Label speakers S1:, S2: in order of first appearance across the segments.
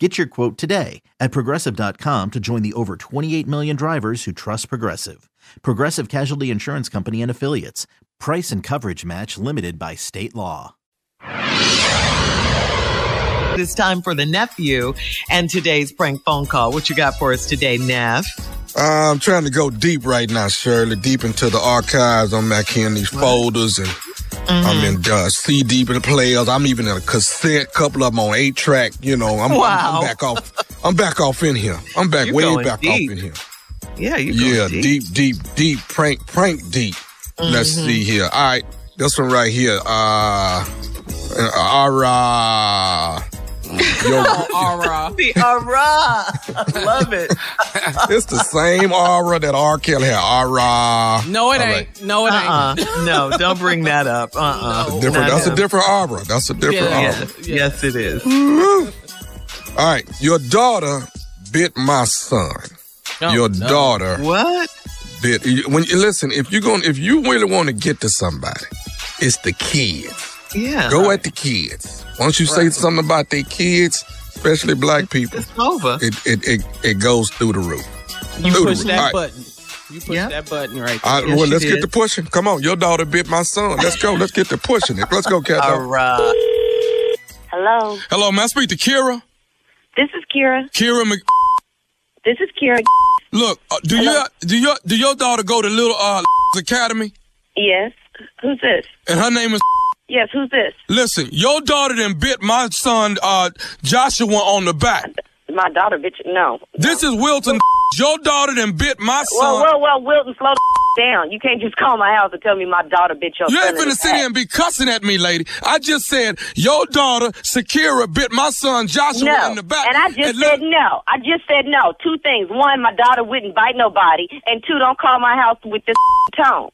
S1: Get your quote today at progressive.com to join the over 28 million drivers who trust Progressive. Progressive Casualty Insurance Company and Affiliates. Price and coverage match limited by state law.
S2: It's time for the nephew and today's prank phone call. What you got for us today, Neff?
S3: Uh, I'm trying to go deep right now, Shirley, deep into the archives. I'm back in these folders and I'm
S2: Mm-hmm.
S3: in uh, CD and players. I'm even in a cassette, couple of them on eight track. You know, I'm, I'm- I'm,
S2: Wow.
S3: back off. I'm back off in here. I'm back
S2: You
S3: way
S2: going
S3: back
S2: deep.
S3: off in here.
S2: Yeah, you go
S3: Yeah, deep, deep, deep, prank, prank deep. Let's
S2: Mm-hmm.
S3: see here. All right, this one right here. Uh, uh, ara. Yo,
S4: aura.
S2: The aura. I love it.
S3: it's the same aura that R. Kelly had. Ara.
S4: No, it
S3: All right.
S4: ain't. No, it
S2: Uh-uh. No, don't bring that up. Uh-uh.
S4: No.
S3: Different.
S2: Not
S3: That's a
S2: him.
S3: different aura. That's a different
S4: Yeah.
S3: aura.
S2: Yes. yes, it is.
S3: All right, your daughter bit my son.
S4: ain't.
S3: your
S4: Oh, no.
S3: daughter
S2: What?
S3: bit. you- When you listen, if you going, if you really want to get to somebody, it's the kids.
S2: Yeah.
S4: Uh-huh.
S3: Go at the kids. Once you say something about their kids, especially black people,
S2: It's over.
S3: it it it, it goes through the roof.
S4: You
S3: Dude,
S4: push that
S3: all right.
S4: button. You push
S2: Yeah.
S4: that button right there.
S3: All right,
S2: Yes,
S3: well,
S2: you
S3: let's get
S2: did.
S3: to pushing. Come on, your daughter bit my son. Let's go. let's get to pushing it. Let's go, cat.
S2: All
S3: dog.
S2: right.
S5: Hello.
S3: Hello, may I speak to Kira?
S5: This is Kira.
S3: Kira Mc.
S5: This is Kira.
S3: Look, uh, do your do your do your daughter go to Little uh, Academy?
S5: Yes. Who's this?
S3: And her name is.
S5: Yes, who's this?
S3: Listen, your daughter done bit my son uh, Joshua on the back.
S5: My daughter, bitch. No.
S3: This is Wilton. Your daughter done bit my
S5: Whoa,
S3: son.
S5: whoa, whoa, Wilton, slow the down. You can't just call my house and tell me my daughter, bitch, your
S3: You
S5: son
S3: ain't finna
S5: is
S3: sit
S5: fat.
S3: here and be cussing at me, lady. I just said your daughter, Shakira, bit my son Joshua
S5: No.
S3: in the back.
S5: And I just
S3: And look-
S5: said no. I just said no. Two things. One, my daughter wouldn't bite nobody. And two, don't call my house with this tone.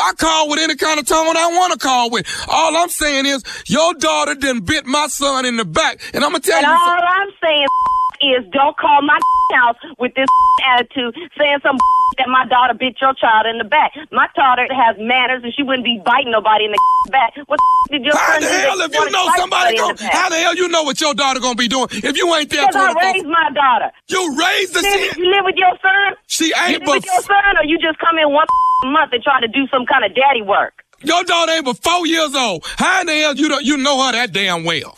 S3: I call with any kind of tone I want to call with. All I'm saying is your daughter done bit my son in the back, and I'm gonna tell
S5: And
S3: you.
S5: all
S3: something.
S5: I'm saying is don't call my house with this attitude saying some that my daughter bit your child in the back. My daughter has manners and she wouldn't be biting nobody in the back. What the did your
S3: How
S5: son
S3: the
S5: do that
S3: hell if you
S5: wanted to
S3: know
S5: bite
S3: somebody
S5: in
S3: going
S5: the
S3: How
S5: back?
S3: the hell you know what your daughter gonna be doing if you ain't there
S5: Because I
S3: 24?
S5: raised my daughter.
S3: You raised the
S5: Did
S3: shit.
S5: you live with your son?
S3: She
S5: You
S3: ain't
S5: live
S3: but
S5: with your son or you just come in once a month and try to do some kind of daddy work?
S3: Your daughter ain't but four years old. How in the hell you don't, you know her that damn well?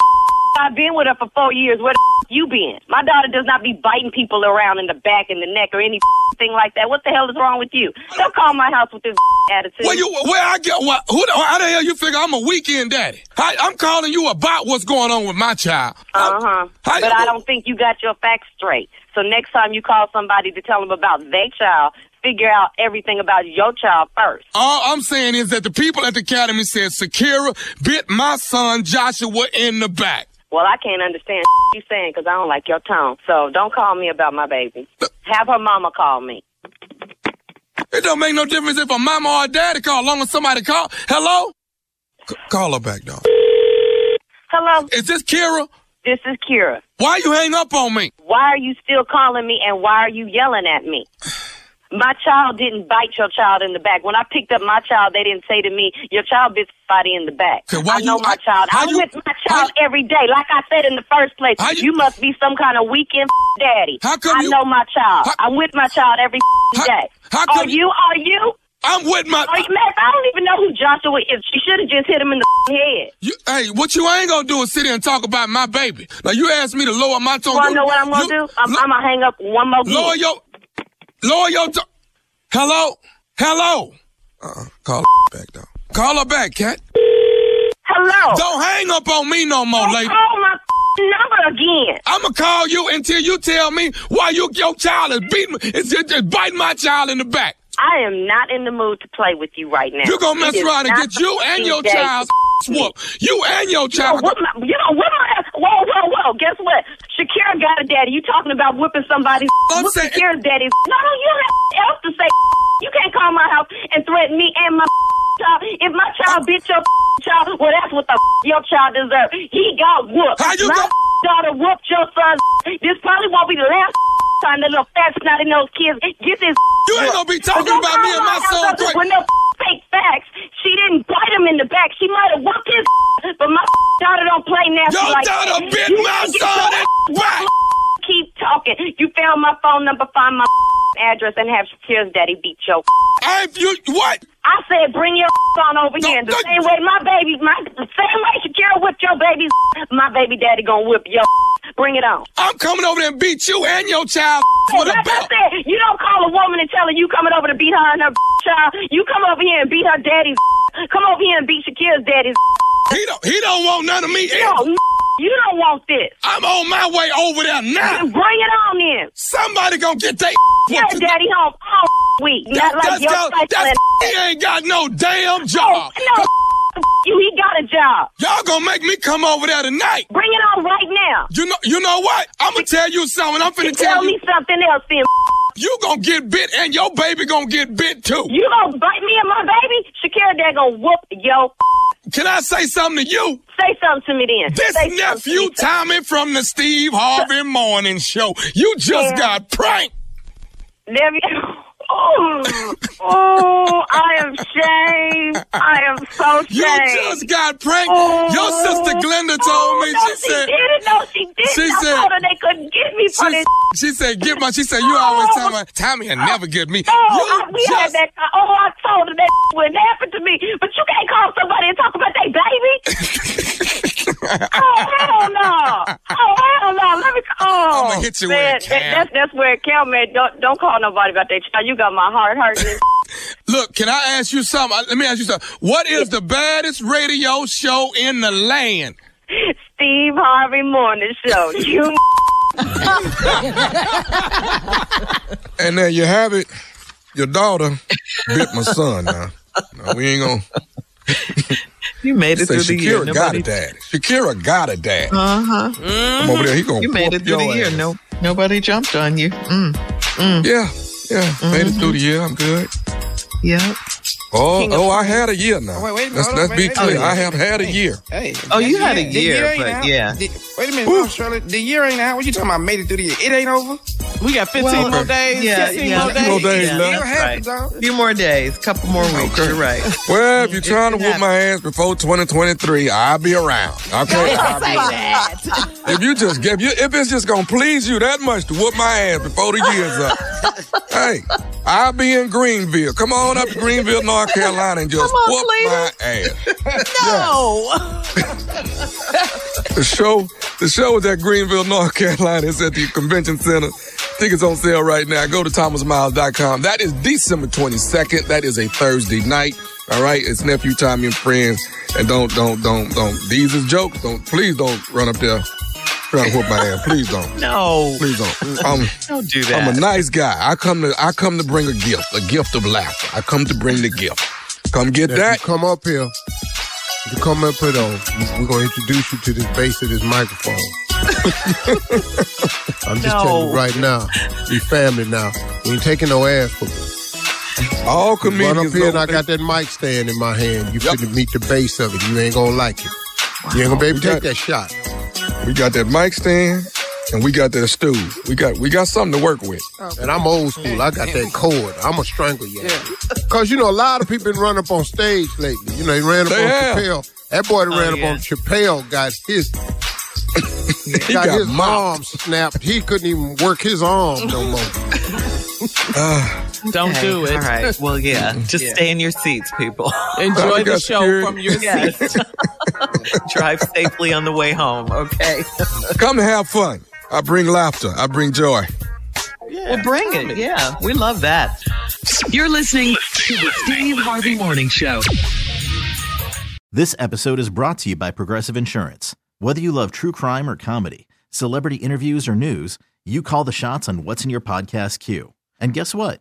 S5: I've been with her for four years. Where the you been? My daughter does not be biting people around in the back and the neck or anything like that. What the hell is wrong with you? Don't call my house with this attitude.
S3: Where you where I get what? Who the, how the hell you figure I'm a weekend daddy? I, I'm calling you about what's going on with my child.
S5: uh huh.
S3: How-
S5: But I don't think you got your facts straight. So next time you call somebody to tell them about their child, figure out everything about your child first.
S3: All I'm saying is that the people at the academy said Sakira bit my son Joshua in the back.
S5: Well, I can't understand you saying because I don't like your tone. So don't call me about my baby. Have her mama call me.
S3: It don't make no difference if a mama or a daddy call, long as somebody call. Hello, C- call her back, dog.
S5: Hello,
S3: Is this Kira?
S5: this is Kira.
S3: Why you hang up on me?
S5: why are you still calling me and why are you yelling at me? My child didn't bite your child in the back. When I picked up my child, they didn't say to me, "Your child bit somebody in the back."
S3: Okay, why
S5: I know
S3: you-
S5: my
S3: I-
S5: child.
S3: how
S5: I'm
S3: you-
S5: with my child
S3: how-
S5: every day. Like I said in the first place,
S3: How you-
S5: you, must be some kind of weekend daddy.
S3: How come
S5: I
S3: you-
S5: know my child.
S3: how-
S5: I'm with my child every
S3: How-
S5: day.
S3: how come
S5: are you? Are you?
S3: I'm with my.
S5: Are you? Matt, I don't even know who Joshua is. She should have just hit him in the head.
S3: You, hey, what you ain't gonna do is sit here and talk about my baby. Now you asked me to lower my tone.
S5: Well, I
S3: You-
S5: know what I'm gonna
S3: Oh, you-
S5: do. I'm,
S3: lo-
S5: I'm gonna hang up one more.
S3: lower
S5: gig.
S3: your, lower your. To- Hello, hello. Uh, uh call her back though. Call her back, cat.
S5: Hello.
S3: Don't hang up on me no more,
S5: Don't
S3: lady.
S5: Oh, call my number again.
S3: I'ma call you until you tell me why you your child is beating, is just, just biting my child in the back.
S5: I am not in the mood to play with you right now.
S3: You gonna mess
S5: It is
S3: around and
S5: not
S3: get you and your
S5: day.
S3: child whooped. You and your
S5: Oh,
S3: child.
S5: what my, you know what my whoa whoa whoa guess what Shakira got a daddy you talking about whipping somebody's
S3: I'm
S5: whoop
S3: saying-
S5: Shakira's daddy no no you don't have else to say you can't call my house and threaten me and my child y'all bitch your child, well, that's what the your child deserved. He got whooped.
S3: How you
S5: My
S3: go-
S5: daughter whooped your son. This probably won't be the last time that little fat snotty nosed kids get this.
S3: You ain't gonna be
S5: But
S3: talking
S5: don't
S3: about me
S5: call
S3: and my
S5: her
S3: son.
S5: out
S3: Drake.
S5: When they're fake facts, she didn't bite him in the back. She might have whooped his, but my daughter don't play nasty
S3: Your
S5: like
S3: daughter
S5: that.
S3: bit
S5: You
S3: my
S5: need to
S3: son
S5: go
S3: and whack.
S5: Keep talking. You found my phone number, find my address, and have Shakira's daddy beat your.
S3: I ain't you what?
S5: I said, bring your on over
S3: No,
S5: here. And the
S3: no.
S5: same way my baby, my the same way Shakira whipped your baby, my baby daddy gonna whip your. Bring it on.
S3: I'm coming over there and beat you and your child with a
S5: Like I
S3: belt.
S5: said, you don't call a woman and tell her you coming over to beat her and her child. You come over here and beat her daddy's. Come over here and beat Shakira's daddy's.
S3: He don't he don't want none of me.
S5: No, you don't want this.
S3: I'm on my way over there now.
S5: Bring it on in.
S3: Somebody gonna get they
S5: Take your daddy home all week. Not like
S3: that's
S5: your Oh.
S3: go-
S5: cycle
S3: that's
S5: and
S3: he ain't got no damn job.
S5: no you. He got a job.
S3: Y'all gonna make me come over there tonight.
S5: Bring it on right now.
S3: You know you know what? I'ma tell you something. I'm finna
S5: Tell
S3: tell
S5: me
S3: you
S5: something else, then.
S3: you gonna get bit and your baby gonna get bit too.
S5: You gonna bite me and my baby? Shakira dad gonna whoop yo.
S3: Can I say something to you?
S5: Say something to me then.
S3: This
S5: Say something to
S3: nephew
S5: me.
S3: Tommy from the Steve Harvey Morning Show. You just
S5: Yeah.
S3: got pranked.
S5: There you Oh, oh, I am shamed. I am so shamed.
S3: You just got pranked.
S5: Oh.
S3: Your sister Glenda told
S5: Oh,
S3: me.
S5: no,
S3: She
S5: she
S3: said.
S5: didn't. No, she didn't.
S3: She
S5: I
S3: said-
S5: told her they couldn't get me for
S3: She,
S5: this.
S3: she said, "Get my." She said, "You always tell me Tommy will never get me."
S5: Oh, No, I, we
S3: you
S5: had
S3: just
S5: that. Oh, I told her that wouldn't happen to me. But you can't call somebody and talk about their baby. oh hell no! Oh hell no! Let me call.
S3: I'ma hit you
S5: man,
S3: where it count.
S5: That, that's that's where it count, man. Don't don't call nobody about their child. You got my heart hurting.
S3: look. Can I ask you something? Uh, Let me ask you something. What is the baddest radio show in the land?
S5: Steve Harvey Morning Show. You
S3: And there you have it. Your daughter bit my son. Now, no, we ain't gonna.
S2: You made it
S3: Say
S2: through the year. Uh-huh.
S3: Shakira got a dad. Shakira got a dad. Uh huh. Come over there. He gonna
S2: you made
S3: whoop
S2: it through
S3: your
S2: the year.
S3: ass.
S2: No, nobody jumped on you. Mm,
S3: Yeah, yeah. Made it through the year. I'm good.
S2: yeah.
S3: Oh, oh, I had a year now.
S4: Oh, wait, wait,
S3: let's
S4: hold
S3: let's
S4: on,
S3: be
S4: wait,
S3: clear.
S2: wait, wait.
S3: I have had a year.
S4: Hey,
S2: Oh, you
S4: that's-
S2: had a
S4: the
S2: year,
S4: ain't
S2: but
S4: out.
S2: yeah.
S4: The- wait a minute, no, Shirley. The year ain't out. What you talking about? Made it through the year. It ain't over. We got 15
S2: Well,
S4: more days.
S2: yeah,
S4: 15
S2: yeah.
S4: more days.
S3: More days
S4: It
S3: left.
S4: still happens,
S2: Right.
S4: dog.
S2: few more days, couple more weeks. You're right.
S3: Well, if you're trying to
S4: it
S3: whoop my ass before 2023, I'll be around. Okay, I'll be around. If you just if you if it's just gonna please you that much to whoop my ass before the year's up, hey, I'll be in Greenville. Come on up to Greenville, North Carolina, and just
S2: on,
S3: whoop my ass.
S2: No.
S3: The show, the show is at Greenville, North Carolina. It's at the Convention Center. Tickets on sale right now. Go to thomasmiles.com. That is December 22nd. That is a Thursday night. All right. It's nephew Tommy and friends. And don't, don't, don't, don't. These is jokes. Don't, please don't run up there trying to whoop my ass. Please don't.
S2: No.
S3: Please don't. I'm,
S2: Don't do that.
S3: I'm a nice guy. I come to, I come to bring a gift, a gift of laughter. I come to bring the gift. Come get
S6: Now,
S3: that.
S6: if you come up here. If you come up here though, we- we're gonna introduce you to this base of this microphone. I'm just telling
S2: No.
S6: you right now, we family now. We ain't taking no ass for it.
S3: All comedians.
S6: Run up here and
S3: know-
S6: I got that mic stand in my hand. You
S3: Yep.
S6: finna meet the base of it. You ain't gonna like it. You ain't gonna be able to
S3: We
S6: take
S3: got-
S6: that shot.
S3: We got that mic stand, and we got that stool. We got we got something to work with.
S6: And I'm old school. I got that cord. I'ma strangle you. Cause you know a lot of people been run up on stage lately. You know, he ran up
S3: They
S6: on
S3: have.
S6: Chappelle. That boy that ran up
S2: yeah.
S6: on Chappelle got his
S3: He
S6: got,
S3: got
S6: his
S3: mopped.
S6: arm snapped. He couldn't even work his arm no more.
S7: Don't
S2: Okay,
S7: do it.
S2: All right. Well, yeah.
S3: Mm-hmm.
S2: Just stay in your seats, people.
S7: Enjoy the
S3: got
S7: show
S3: scared.
S7: from your seat.
S2: Yes. Drive safely on the way home. Okay.
S3: Come have fun. I bring laughter. I bring joy.
S2: Well, bring it. Yeah. We love that. You're listening to the Steve Harvey Morning Show.
S1: This episode is brought to you by Progressive Insurance. Whether you love true crime or comedy, celebrity interviews or news, you call the shots on what's in your podcast queue. And guess what?